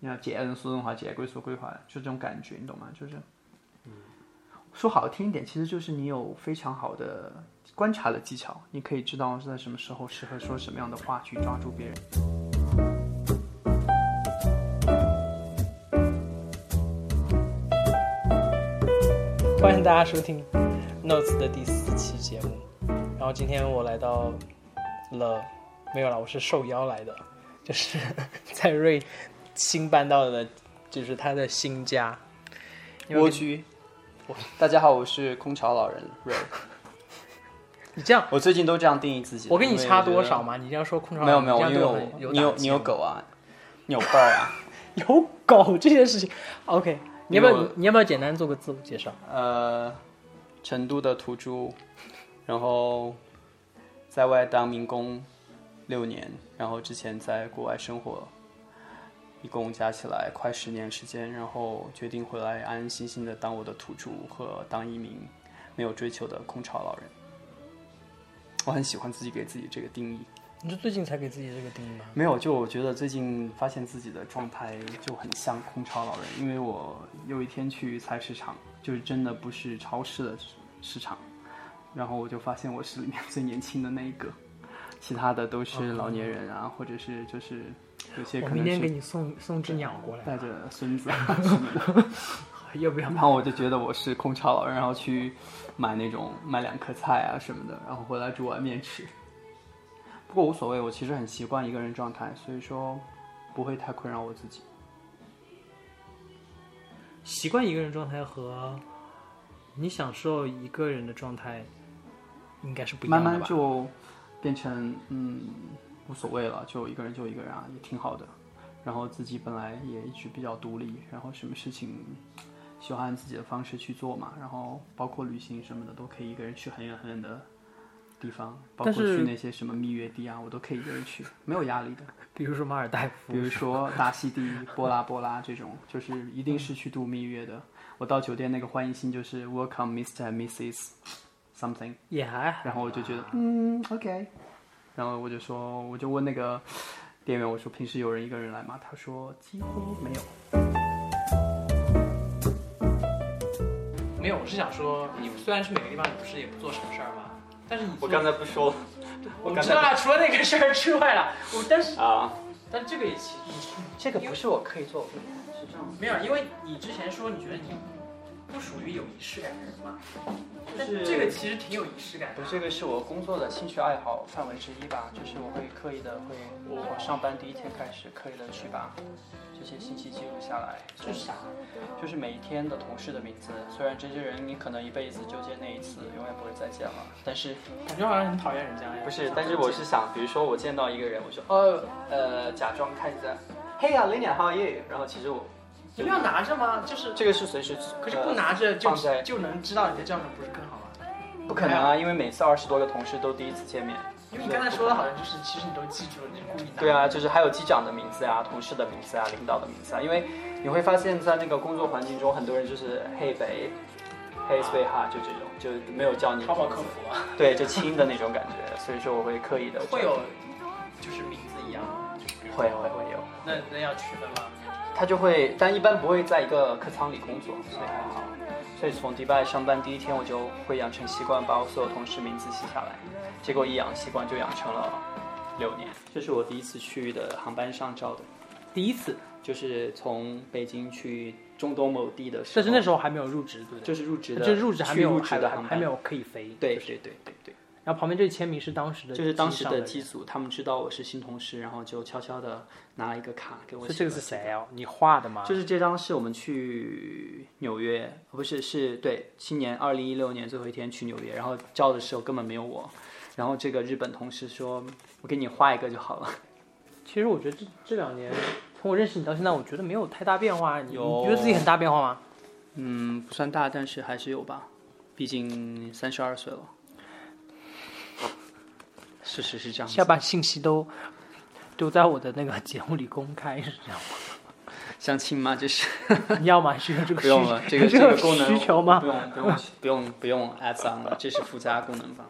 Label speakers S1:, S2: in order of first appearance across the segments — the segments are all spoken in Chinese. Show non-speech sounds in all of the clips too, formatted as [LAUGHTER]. S1: 你要姐人说人话，姐鬼说鬼话，就这种感觉，你懂吗？就是，嗯说好听一点，其实就是你有非常好的观察的技巧，你可以知道是在什么时候适合说什么样的话去抓住别人。
S2: 欢迎大家收听 Notes 的第四期节目。然后今天我来到了，没有了，我是受邀来的，就是 [LAUGHS] 蔡瑞新搬到的，就是他的新家。你们
S1: 蜗居，大家好，我是空巢老人 Ray，
S2: 你这样，
S1: 我最近都这样定义自己。
S2: 我给你
S1: 因为
S2: 差
S1: 觉得
S2: 多少嘛？你这样说空巢
S1: 没有
S2: 老人
S1: 没有，
S2: 你
S1: 因
S2: 这
S1: 为
S2: 样对我
S1: 我
S2: 很有
S1: 你有
S2: 打击
S1: 你有
S2: 哦
S1: 狗啊，你有伴儿啊。
S2: 有狗这件事情。OK，你要
S1: 因为
S2: 不要
S1: 我
S2: 你要不要简单做个自我介绍？
S1: 呃，成都的土著，然后在外当民工六年，然后之前在国外生活，一共加起来快十年时间，然后决定回来安安心心的当我的土著和当一名没有追求的空巢老人。我很喜欢自己给自己这个定义，
S2: 你是最近才给自己这个定义吗？
S1: 没有，就我觉得最近发现自己的状态就很像空巢老人，因为我有一天去菜市场，就是真的不是超市的市场，然后我就发现我是里面最年轻的那一个，其他的都是老年人啊，或者是就是有些
S2: 我
S1: 可
S2: 哦明
S1: 能
S2: 天给
S1: 是
S2: 你送送只鸟过来， [LAUGHS]
S1: 带着孙子啊什么的，
S2: 要不要？
S1: 然后我就觉得我是空巢老人，然后去买那种买两颗菜啊什么的，然后回来煮碗面吃。不过无所谓，我其实很习惯一个人状态，所以说不会太困扰我自己。
S2: 习惯一个人状态和你享受一个人的状态，应该是不一
S1: 慢
S2: 样的吧？
S1: 慢就变成嗯无所谓了，就一个人就一个人啊，也挺好的。然后自己本来也一直比较独立，然后什么事情喜欢按自己的方式去做嘛，然后包括旅行什么的都可以一个人去很远很远的地方，包括
S2: 但是
S1: 去那些什么蜜月地啊，我都可以一个人去，没有压力的。
S2: 比如说马尔代
S1: 比
S2: 夫，
S1: 如说
S2: [LAUGHS]
S1: 大溪地、波拉波拉这种，就是一定是去度蜜月的。我到酒店那个欢迎信就是 Welcome Mr. and Mrs. something。
S2: 也还好。
S1: 然后我就觉得，嗯，OK。然后我就说，我就问那个店员，我说平时有人一个人来吗？他说几乎没有。
S2: 没有，我是想说，你虽然是每个地方你不是也不做什么事儿嘛，但是你做
S1: 才不说
S2: 我
S1: 我刚
S2: 知
S1: 才
S2: 道了，除了那个事儿之外了， [LAUGHS] 我但是
S1: 啊，
S2: 但这个也其
S1: 这个不是我可以做，
S2: 没有，因为你之前说你觉得你不属于有仪式感的人嘛，但
S1: 就是
S2: 这个其实挺有仪式感的啊
S1: 我。这个是我工作的兴趣爱好范围之一吧，就是我会刻意的会，我上班第一天开始刻意的去把这些信息记录下来，
S2: 这是啥？
S1: 就是每一天的同事的名字，虽然这些人你可能一辈子就见那一次，永远不会再见了，但是
S2: 感觉好像很讨厌人家一样。
S1: 不是，但是我是想，比如说我见到一个人，我说哦，呃，假装看一下，Hey 啊，Lina，how are you？然后其实我
S2: 你不要拿着吗？就是
S1: 这个是随时，呃
S2: 可是不拿着就
S1: 放在
S2: 就能知道你在叫什么，不是更好吗？
S1: 呃不可能啊，因为每次二十多个同事都第一次见面。
S2: 因为你刚才说的好像就是，其实你都记住了，你是故意拿。
S1: 对，啊，就是还有机长的名字啊，同事的名字啊，领导的名字啊，因为你会发现在那个工作环境中，很多人就是 Hey babe，Hey sweetheart 就这种，就没有叫你
S2: 淘宝客服啊，
S1: 对，就亲的那种感觉，所以说我会刻意的
S2: 会有就是名字一样吗？
S1: 会会会有，
S2: 那那要区分吗？
S1: 他就会，但一般不会在一个客舱里工作，所以还好。所以从迪拜上班第一天，我就会养成习惯，把我所有同事名字写下来。结果一养习惯就养成了六年。这是我第一次去的航班上照的，
S2: 第一次，
S1: 就是从北京去中东某地的时
S2: 但
S1: 候，
S2: 是那时候还没有入职，对不对？
S1: 就是入职的，
S2: 就是入职还没
S1: 去
S2: 有
S1: 入职的
S2: 还
S1: 航班，
S2: 还没有可以飞。
S1: 对对对对对。
S2: 然后旁边这签名是当时的，
S1: 就是当时
S2: 的
S1: 的
S2: 人
S1: 机组，他们知道我是新同事，然后就悄悄的拿一个卡给我写
S2: 所以
S1: 了。
S2: 这个是谁啊？你画的吗？
S1: 就是这张是我们去纽约，呃不是是对新年二零一六年最后一天去纽约，然后照的时候根本没有我，然后这个日本同事说，我给你画一个就好了。
S2: 其实我觉得这这两年从我认识你到现在，我觉得没有太大变化。你
S1: 有
S2: 你觉得自己很大变化吗？
S1: 嗯，不算大，但是还是有吧，毕竟三十二岁了。事实是这样子
S2: 下，把信息都都在我的那个节目里公开，是这样
S1: 相亲吗？这
S2: [LAUGHS]
S1: 是
S2: 吗？你要吗？是有这个
S1: [LAUGHS] 不
S2: 需
S1: 用了，这个
S2: 这
S1: 个功能
S2: 需求吗？
S1: 不用不用不用不用 [LAUGHS] add on 了，这是附加功能吧？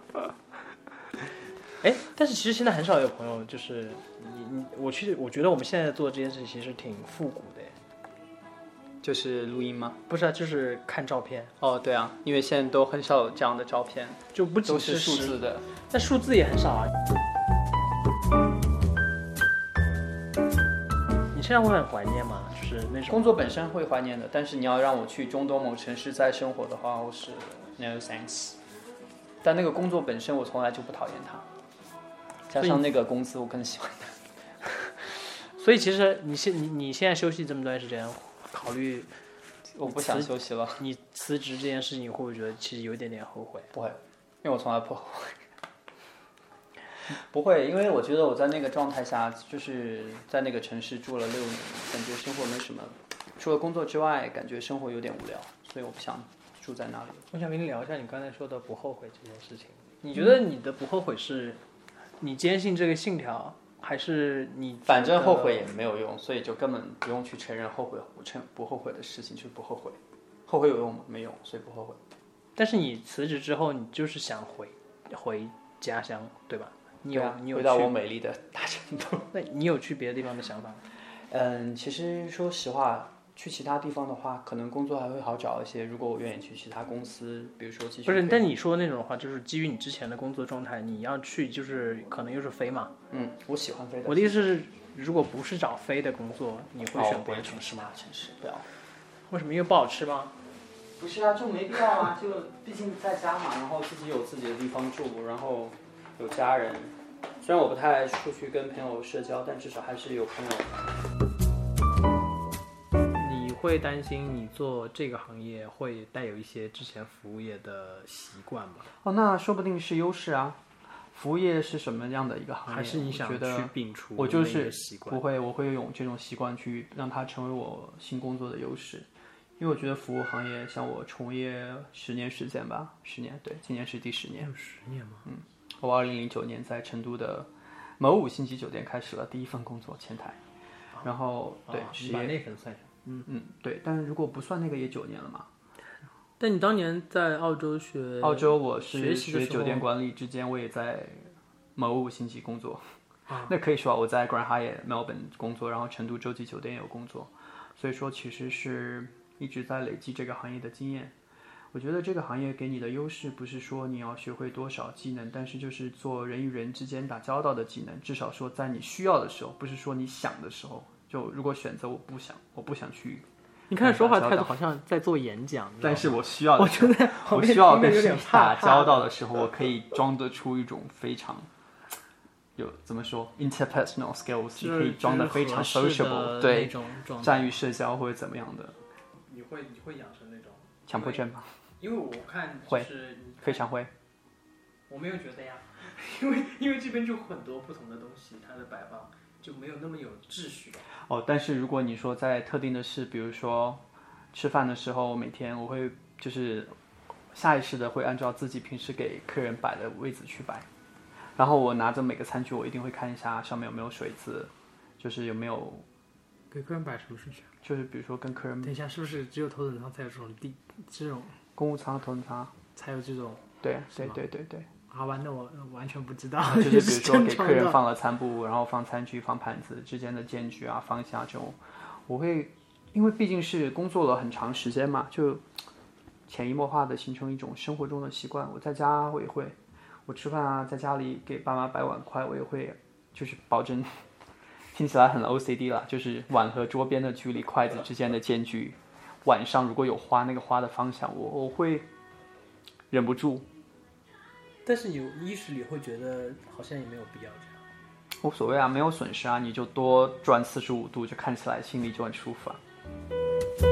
S2: 哎，但是其实现在很少有朋友就是你你我去，我觉得我们现在做这件事其实挺复古的，
S1: 就是录音吗？
S2: 不是啊，就是看照片，
S1: 哦，对啊，因为现在都很少有这样的照片，
S2: 就不
S1: 都
S2: 仅
S1: 是数
S2: 实
S1: 字的。
S2: 但数字也很少啊。你现在会很怀念吗？就是那种
S1: 工作本身会怀念的，但是你要让我去中东某城市再生活的话，我是 no thanks。但那个工作本身，我从来就不讨厌它，加上那个工资，我更喜欢。
S2: 所以其实你现你你现在休息这么段时间，考虑
S1: 我不想休息了，
S2: 你辞职这件事情，会不会觉得其实有一点点后悔？
S1: 不会，因为我从来不后悔。不会，因为我觉得我在那个状态下，就是在那个城市住了六年，感觉生活没什么，除了工作之外，感觉生活有点无聊，所以我不想住在那里。
S2: 我想跟你聊一下你刚才说的不后悔这件事情。你觉得你的不后悔是，你坚信这个信条，还是你
S1: 反正后悔也没有用，所以就根本不用去承认后悔不承不后悔的事情，就是不后悔。后悔有用吗？没用，所以不后悔。
S2: 但是你辞职之后，你就是想回回家乡，对吧？你有、
S1: 对啊
S2: 你有
S1: 回到
S2: 去
S1: 我美丽的大成都。
S2: 那你有去别的地方的想法吗？
S1: [LAUGHS] 嗯，其实说实话，去其他地方的话，可能工作还会好找一些。如果我愿意去其他公司，比如说继续
S2: 不是，
S1: 飞
S2: 但你说那种的话，就是基于你之前的工作状态，你要去就是可能又是飞嘛。
S1: 嗯，我喜欢飞的。
S2: 我的意思是，如果不是找飞的工作，你会
S1: 哦
S2: 选
S1: 不
S2: 别
S1: 会
S2: 的
S1: 去
S2: 城市吗？
S1: 大城市不要。
S2: 为什么？因为不好吃吗？
S1: 不是啊，就没必要啊，就毕竟在家嘛，然后自己有自己的地方住，然后有家人。虽然我不太爱出去跟朋友社交，但至少还是有朋友。
S2: 你会担心你做这个行业会带有一些之前服务业的习惯吗？
S1: 哦，那说不定是优势啊。服务业是什么样的一个行业？
S2: 还是你想
S1: 我
S2: 去
S1: 觉得
S2: 摒除
S1: 我就
S2: 那
S1: 是
S2: 个习惯？
S1: 不会，我会用这种习惯去让它成为我新工作的优势，因为我觉得服务行业像我从业十年时间吧，十年对，今年是第十年。
S2: 有十年吗？
S1: 我二零零九年在成都的某五星级酒店开始了第一份工作，前台，然后哦对，
S2: 啊
S1: 是
S2: 你把那份算上。
S1: 嗯嗯对，但是如果不算那个也九年了嘛。
S2: 但你当年在澳洲学
S1: 澳洲我是
S2: 学习的
S1: 学
S2: 时候
S1: 酒店管理之间，我也在某五星级工作。 [LAUGHS] 那可以说啊我在 Grand Hyatt Melbourne 工作，然后成都洲际酒店也有工作，所以说其实是一直在累积这个行业的经验。我觉得这个行业给你的优势，不是说你要学会多少技能，但是就是做人与人之间打交道的技能，至少说在你需要的时候，不是说你想的时候。就如果选择我不想，我不想去，
S2: 你看说话
S1: 嗯打交
S2: 态度好像在做演讲，
S1: 但是我需要
S2: [LAUGHS] 我觉得
S1: 我需要跟谁打交道的时候，我可以装得出一种非常有怎么说 interpersonal skills，你
S2: 就
S1: 可
S2: 是
S1: 以装得非常 sociable，
S2: 对
S1: 对，
S2: 那种状态。
S1: 善于社交或者怎么样的
S2: 你会你会养成那种
S1: 强迫症吗？
S2: 因为我看
S1: 啊会
S2: 是
S1: 非常会。
S2: 我没有觉得呀，因为因为这边就很多不同的东西，它的摆放就没有那么有秩序。
S1: 哦，但是如果你说在特定的事，比如说吃饭的时候，每天我会就是下意识的会按照自己平时给客人摆的位置去摆，然后我拿着每个餐具，我一定会看一下上面有没有水渍，就是有没有，
S2: 给个人摆什么顺序？
S1: 就是比如说跟客人
S2: 等一下，是不是只有头等舱才有这种地这种
S1: 公务舱、头等舱。
S2: 才有这种？
S1: 对对对对对，啊
S2: 好吧，那我呃完全不知道， [LAUGHS]
S1: 就是比如说
S2: 正
S1: 给
S2: 常
S1: 客人
S2: 的。
S1: 放了餐布，然后放餐具、放盘子之间的间距啊、方向这种，我会，因为毕竟是工作了很长时间嘛，就潜移默化的形成一种生活中的习惯。我在家我也会，我吃饭啊，在家里给爸妈摆碗筷，我也会，就是保证，听起来很 OCD 啦，就是碗和桌边的距离、筷子之间的间距，碗上如果有花，那个花的方向，我我会忍不住
S2: 但是有意识里会觉得好像也没有必要这样。
S1: 无所谓啊，没有损失啊，你就多转四十五度，就看起来心里就很舒服啊。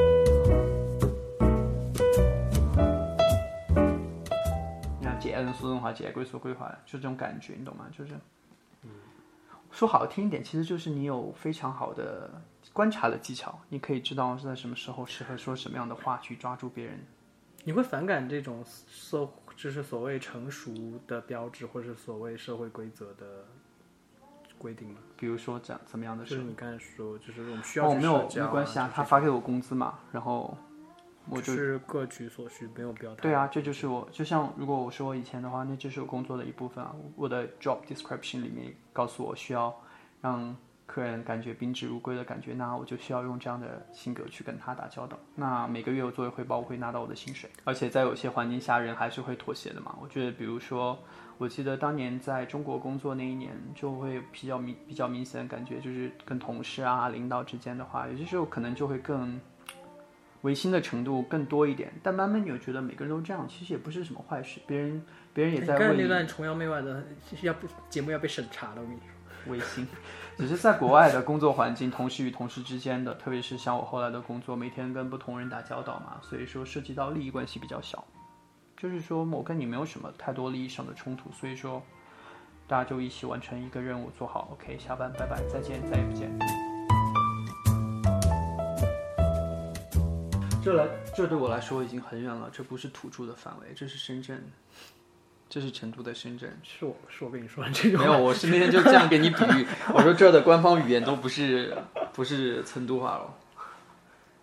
S1: 然后见人说人话，见鬼说鬼话，就这种感觉，你懂吗？就是，
S2: 嗯
S1: 说好听一点，其实就是你有非常好的观察的技巧，你可以知道是在什么时候适合说什么样的话去抓住别人。
S2: 你会反感这种所就是所谓成熟的标志，或者所谓社会规则的规定吗？
S1: 比如说讲怎么样的
S2: 就
S1: 时
S2: 是
S1: 候，
S2: 你刚才说，就是嗯我们需要
S1: 哦，
S2: 去
S1: 没
S2: 社
S1: 有
S2: 交
S1: 没关系啊，他发给我工资嘛，然后我就
S2: 就是各取所需，没有必要太
S1: 对啊，这就是我，就像如果我说我以前的话，那就是我工作的一部分啊。我的 job description 里面告诉我需要让客人感觉宾至如归的感觉，那我就需要用这样的性格去跟他打交道。那每个月我作为回报，我会拿到我的薪水，而且在有些环境下，人还是会妥协的嘛。我觉得，比如说，我记得当年在中国工作那一年，就会比较明比较明显的感觉，就是跟同事啊、领导之间的话，有些时候可能就会更呃违心的程度更多一点。但慢慢你又觉得每个人都这样，其实也不是什么坏事，别人别人也在
S2: 哎刚才
S1: 为
S2: 那
S1: 你
S2: 段崇洋媚外的，要不节目要被审查了，我跟你说。
S1: 微信， [LAUGHS] 只是在国外的工作环境，同事与同事之间的，特别是像我后来的工作，每天跟不同人打交道嘛，所以说涉及到利益关系比较小，就是说我跟你没有什么太多利益上的冲突，所以说大家就一起完成一个任务，做好，OK，下班，拜拜，再见，再也不见。这来，这对我来说已经很远了，这不是土著的范围，这是深圳，这是成都的深圳。
S2: 是我是我跟你说 [LAUGHS] 这个
S1: 没有，我是那天就这样给你比喻， [LAUGHS] 我说这儿的官方语言都不是不是成都话了。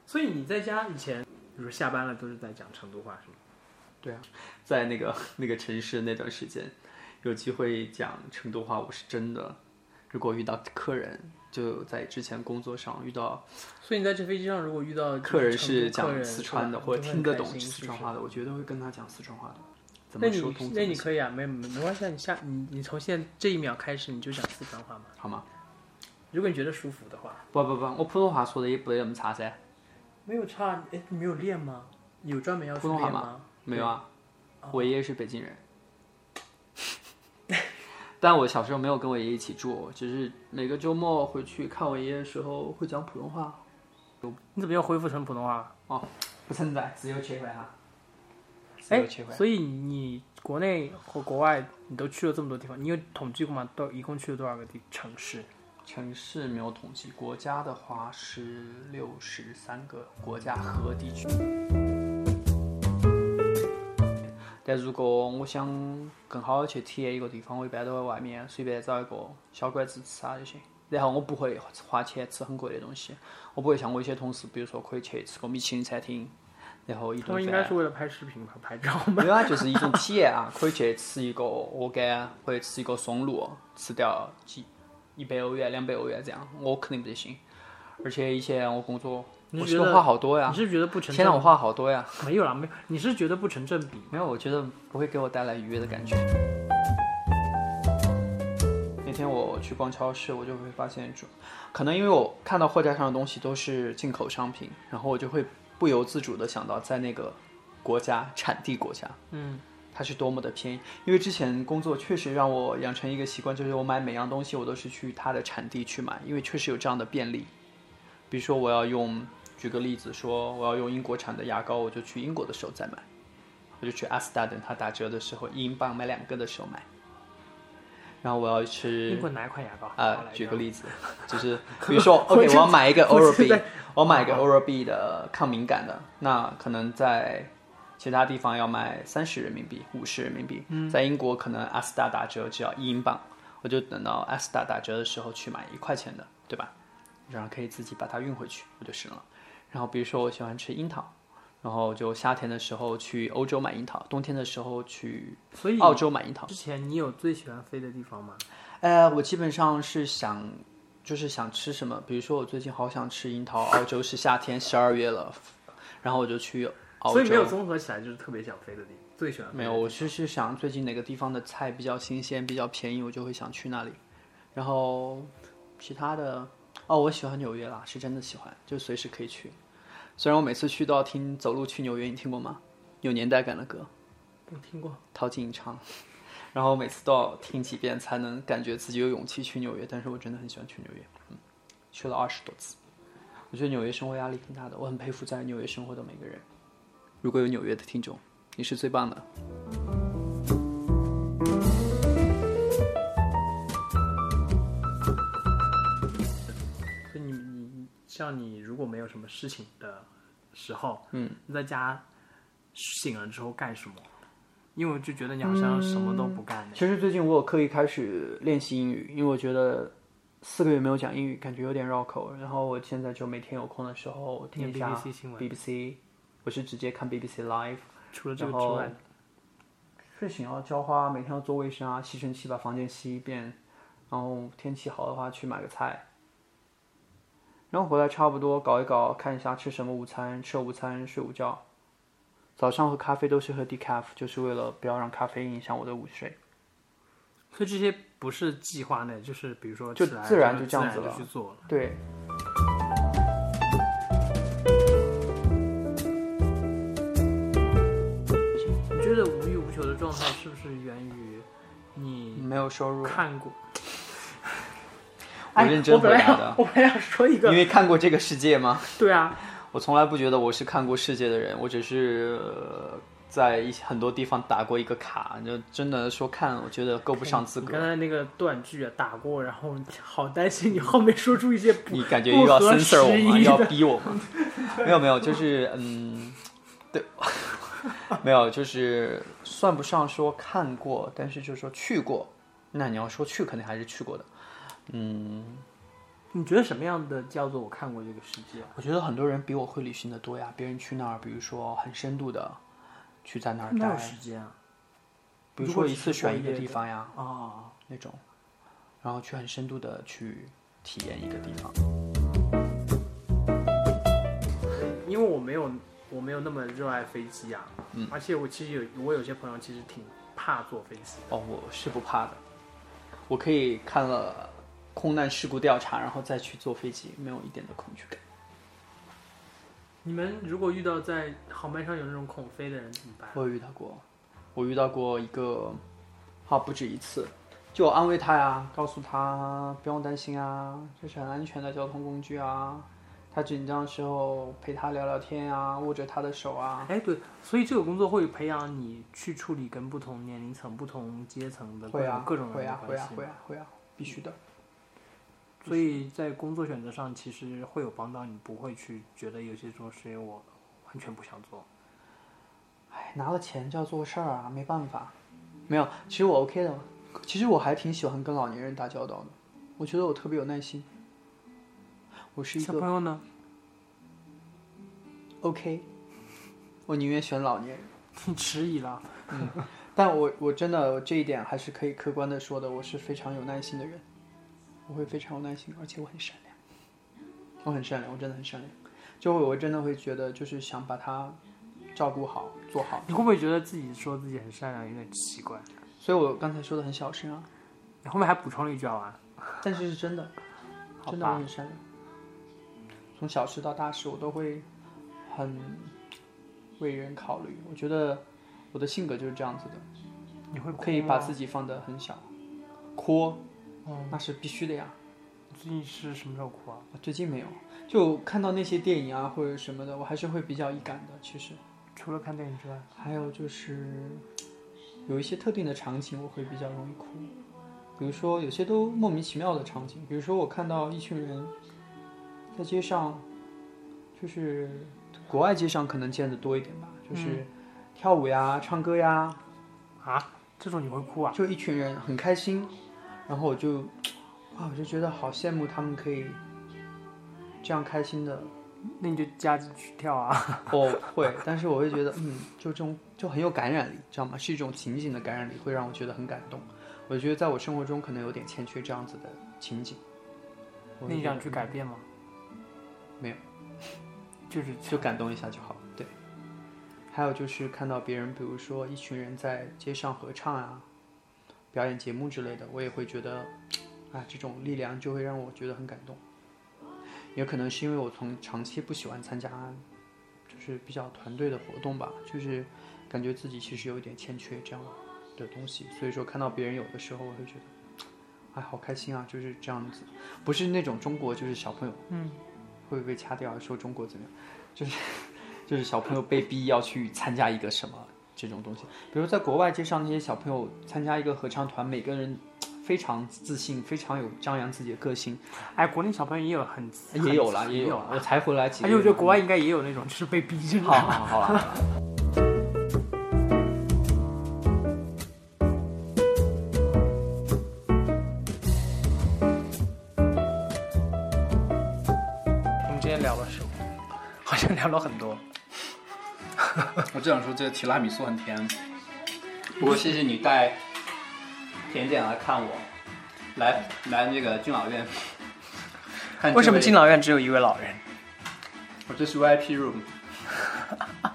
S2: 所以你在家以前，比如说下班了都是在讲成都话是吗？
S1: 在那个那个城市那段时间，有机会讲成都话，我是真的。如果遇到客人，就在之前工作上遇到
S2: 所以你在这飞机上如果遇到
S1: 客人是
S2: 成都客
S1: 讲
S2: 人
S1: 四川的，
S2: 是吧
S1: 或者
S2: 你就会
S1: 听得
S2: 很
S1: 懂
S2: 开心
S1: 四川话的，我绝对会跟他讲四川话的。怎
S2: 那
S1: 么说
S2: 你
S1: 通怎
S2: 那
S1: 么
S2: 你可以啊，没没没关系啊，你下你你从现在这一秒开始你就讲四川话嘛，
S1: 好吗？
S2: 如果你觉得舒服的话，
S1: 不不不，我普通话说的也不得那么差噻。
S2: 没有差，哎，你没有练吗？有专门要去
S1: 普通话
S2: 练吗？
S1: 没有啊，我爷爷是北京人， [LAUGHS] 但我小时候没有跟我爷爷一起住，只是每个周末回去看我爷爷的时候会讲普通话。
S2: 你怎么又恢复成普通话了？
S1: 不存在，自由切换哈。自
S2: 哎
S1: 由切，换。
S2: 所以你国内和国外你都去了这么多地方，你有统计过吗？都一共去了多少个地城市？
S1: 城市没有统计，国家的话是六十三个国家和地区。但如果我想更好的去体验一个地方，我一般都在外面随便找一个小馆子吃啊就行。然后我不会花钱吃很贵的东西，我不会像我一些同事，比如说可以去吃个米其林餐厅，然后一
S2: 他们
S1: 顿
S2: 应
S1: 饭
S2: 该是为了拍视频吧，拍照。
S1: 没有啊，就是一种体验啊， [LAUGHS] 可以去吃一个鹅肝，或者吃一个松露，吃掉几一百欧元、两百欧元这样，我肯定不得行。而且以前我工作，
S2: 你
S1: 我
S2: 觉
S1: 觉
S2: 得
S1: 得话好多呀
S2: 你，是不是觉得不成
S1: 天呐，我话好多呀。
S2: 没有啦，没有，你是觉得不成正比？
S1: 没有，我觉得不会给我带来愉悦的感觉。那天我去逛超市，我就会发现说，可能因为我看到货架上的东西都是进口商品，然后我就会不由自主的想到在那个国家产地国家，
S2: 嗯，
S1: 它是多么的便宜。因为之前工作确实让我养成一个习惯，就是我买每样东西我都是去它的产地去买，因为确实有这样的便利。比如说我要用，举个例子说，我要用英国产的牙膏，我就去英国的时候再买。我就去阿斯达等它打折的时候，一英镑买两个的时候买。然后我要
S2: 英
S1: 吃
S2: 国哪一款牙膏？
S1: 啊
S2: 好，来
S1: 举
S2: 着
S1: 个例子，就是比
S2: [LAUGHS]
S1: 如说，OK，我要买一个
S2: 呃我
S1: Oral
S2: 是
S1: B，
S2: 在
S1: 我买一个 Oral B 的抗敏感的，那可能在其他地方要卖三十人民币、五十人民币，
S2: 嗯
S1: 在英国可能阿斯达打折只要一英镑，我就等到阿斯达打折的时候去买一块钱的，对吧？然后可以自己把它运回去，我就省了。然后比如说我喜欢吃樱桃，然后就夏天的时候去欧洲买樱桃，冬天的时候去
S2: [LAUGHS] 所以
S1: 澳洲买樱桃。
S2: 之前你有最喜欢飞的地方吗？
S1: 呃，我基本上是想，就是想吃什么，比如说我最近好想吃樱桃，澳洲是夏天十二月了，然后我就去澳
S2: 所以没
S1: 洲。
S2: 有综合起来，就是特别想飞的地方，最喜欢飞
S1: 没有，我就是想最近哪个地方的菜比较新鲜、比较便宜，我就会想去那里。然后其他的，哦，我喜欢纽约啦，是真的喜欢，就随时可以去。虽然我每次去都要听《走路去纽约》，你听过吗？有年代感的歌。
S2: 我听过。
S1: 陶晶莹唱， [LAUGHS] 然后每次都要听几遍才能感觉自己有勇气去纽约。但是我真的很喜欢去纽约，嗯，去了二十多次。我觉得纽约生活压力挺大的，我很佩服在纽约生活的每个人。如果有纽约的听众，你是最棒的。
S2: 所以你你你像你如果没有什么事情的时候，嗯，你在家醒了之后干什么？因为我就觉得你好像什么都不干。
S1: 其实最近我有刻意开始练习英语，因为我觉得四个月没有讲英语，感觉有点绕口。然后我现在就每天有空的时候嗯哦听
S2: 听
S1: 一下
S2: BBC 新闻
S1: BBC，我是直接看 BBC Live。
S2: 除了这个
S1: 然
S2: 之
S1: 后
S2: 外，
S1: 睡醒要浇花，每天要做卫生啊，吸尘器把房间吸一遍，然后天气好的话去买个菜，然后回来差不多搞一搞，看一下吃什么午餐，吃午餐睡午觉。早上喝咖啡都是喝 decaf，就是为了不要让咖啡因影响我的午睡。
S2: 所以这些不是计划内，就是比如说
S1: 就
S2: 起来
S1: 自然
S2: 就
S1: 就这样子
S2: 自然
S1: 了
S2: 就去做了。
S1: 对，
S2: 你觉得无欲无求的状态是不是源于你
S1: 没有收入，
S2: 看过？
S1: 我
S2: 哎
S1: 认真
S2: 我本
S1: 回
S2: 来
S1: 答
S2: 要
S1: 的。
S2: 我本来要说一
S1: 因
S2: 个，
S1: 为看过这个世界吗？
S2: 对啊，
S1: 我从来不觉得我是看过世界的人，我只是、呃在一些很多地方打过一个卡。就真的说看，我觉得够不上资
S2: 你
S1: 格。
S2: 刚才那个断句啊，打过，然后好担心你后面说出一些不
S1: 你感觉
S2: 不
S1: 又要
S2: 合
S1: censor 我
S2: 时
S1: 吗？
S2: [LAUGHS] 宜
S1: 又要
S2: 的
S1: 逼我吗？没有没有，就是嗯，对， [LAUGHS] 没有就是算不上说看过，但是就是说去过。那你要说去，肯定还是去过的。嗯，
S2: 你觉得什么样的叫做我看过这个世界？
S1: 我觉得很多人比我会旅行的多呀。别人去那儿，比如说很深度的去在那儿
S2: 哪有
S1: 待，
S2: 时间啊？
S1: 比如
S2: 如果
S1: 说
S2: 只
S1: 一次
S2: 是
S1: 选
S2: 过
S1: 一个
S2: 夜
S1: 地
S2: 的
S1: 方呀
S2: 哦，
S1: 那种，然后去很深度的去体验一个地方。
S2: 因为我没有我没有那么热爱飞机啊，
S1: 嗯
S2: 而且我其实有我有些朋友其实挺怕坐飞机，
S1: 哦，我是不怕的，我可以看了空难事故调查，然后再去坐飞机，没有一点的恐惧感。
S2: 你们如果遇到在航班上有那种恐飞的人怎么办？
S1: 我有遇到过，我遇到过一个，好不止一次，就我安慰他呀，告诉他不用担心啊，这是很安全的交通工具啊。他紧张的时候陪他聊聊天啊，握着他的手啊，
S2: 哎，对，所以这个工作会培养你去处理跟不同年龄层、不同阶层的各
S1: 会
S2: 种、
S1: 啊，
S2: 各种人
S1: 会
S2: 的
S1: 啊，会
S2: 关
S1: 啊
S2: 系，。
S1: 会啊，会啊，必须的。
S2: 所以在工作选择上，其实会有帮到你，不会去觉得有些这种事情我完全不想做。
S1: 哎，拿了钱就要做事儿啊，没办法。没有，其实我 OK 的，其实我还挺喜欢跟老年人打交道的，我觉得我特别有耐心。我是一
S2: 小
S1: 个
S2: 朋友 [LAUGHS] 呢？
S1: OK，我宁愿选老年人。
S2: 你迟疑了。
S1: [LAUGHS] 但我我真的这一点还是可以客观的说的，我是非常有耐心的人，我会非常有耐心，而且我很善良，我很善良，我真的很善良，就会我真的会觉得就是想把他照顾好，做好。
S2: 你会不会觉得自己说自己很善良有点奇怪？
S1: 所以我刚才说的很小声啊，
S2: 你后面还补充了一句好吧？
S1: 但是是真的，
S2: 好
S1: 真的我很善良。从小事到大事，我都会很为人考虑。我觉得我的性格就是这样子的，
S2: 你会哭
S1: 可以把
S2: 吗
S1: 自己放得很小，哭
S2: 嗯，
S1: 那是必须的呀。
S2: 你最近是什么时候哭啊？
S1: 最近没有，就看到那些电影啊或者什么的，我还是会比较易感的。其实，
S2: 除了看电影之外，
S1: 还有就是有一些特定的场景，我会比较容易哭。比如说有些都莫名其妙的场景，比如说我看到一群人在街上，就是国外街上可能见的多一点吧，就是跳舞呀、唱歌呀，
S2: 啊，这种你会哭啊？
S1: 就一群人很开心，然后我就啊，我就觉得好羡慕他们可以这样开心的。
S2: 那你就加进去跳啊。
S1: [LAUGHS] 我会，但是我会觉得，嗯，就这种就很有感染力，知道吗？是一种情景的感染力，会让我觉得很感动。我觉得在我生活中可能有点欠缺这样子的情景。我
S2: 那
S1: 会
S2: 你
S1: 觉
S2: 想
S1: 得嗯
S2: 去改变吗？
S1: 没有，
S2: [LAUGHS] 就是
S1: 就感动一下就好了。对。还有就是看到别人，比如说一群人在街上合唱啊，表演节目之类的，我也会觉得，啊，这种力量就会让我觉得很感动。也可能是因为我从长期不喜欢参加，就是比较团队的活动吧，就是感觉自己其实有一点欠缺这样的东西，所以说看到别人有的时候，我会觉得，哎，好开心啊，就是这样子，不是那种中国就是小朋友，
S2: 嗯，
S1: 会被掐掉说中国怎么样，就是就是小朋友被逼要去参加一个什么这种东西，比如在国外街上那些小朋友参加一个合唱团，每个人非常自信，非常有张扬自己的个性，
S2: 哎，国内小朋友也有很
S1: 也有啦，
S2: 很
S1: 也
S2: 有
S1: 有啦，哎我才回来几个
S2: 而且
S1: 月嘛，
S2: 我觉得国外应该也有那种，就是被逼着。
S1: 好好好好啦。
S2: [LAUGHS] 我们今天聊了什么？ [LAUGHS] 好像聊了很多。
S1: 我只想说，这个提拉米苏很甜。不过谢谢你带啊甜点来看我，来来那个敬老院。看
S2: 为什么
S1: 这位
S2: 敬老院只有一位老人？
S1: 我这是 VIP room，
S2: 啊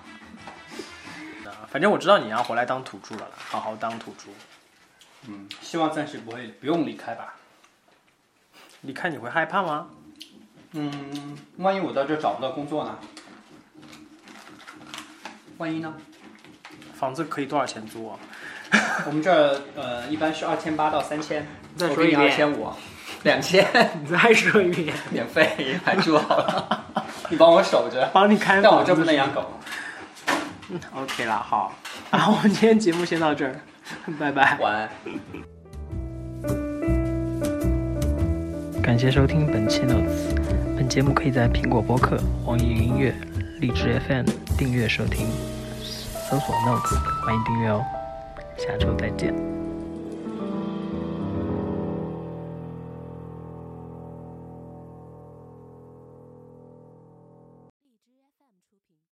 S2: 反正我知道你要回来当土著了啦，好好当土著。
S1: 嗯，希望暂时不会不用离开吧。
S2: 你看你会害怕吗？
S1: 嗯，万一我到这儿找不到工作呢？万一呢？
S2: 房子可以多少钱租啊？
S1: 我们这儿呃一般是二千八到三千，
S2: 再
S1: 我
S2: 说
S1: 给
S2: 一
S1: 你
S2: 遍
S1: 二千五，两千
S2: [LAUGHS]
S1: [LAUGHS]
S2: 你再说一遍，
S1: 免费还住好了，
S2: [LAUGHS]
S1: 你帮我守着。
S2: 帮你开
S1: 但我
S2: 房
S1: 这不
S2: 子。
S1: 能养狗。
S2: OK 啦， [LAUGHS] 好，啊，我们今天节目先到这儿，拜拜。
S1: 晚安。
S2: 感谢收听本期 Notes。本节目可以在苹果播客、网易云音乐、荔枝 FM 订阅收听，搜索 Notes，欢迎订阅哦。下周再见。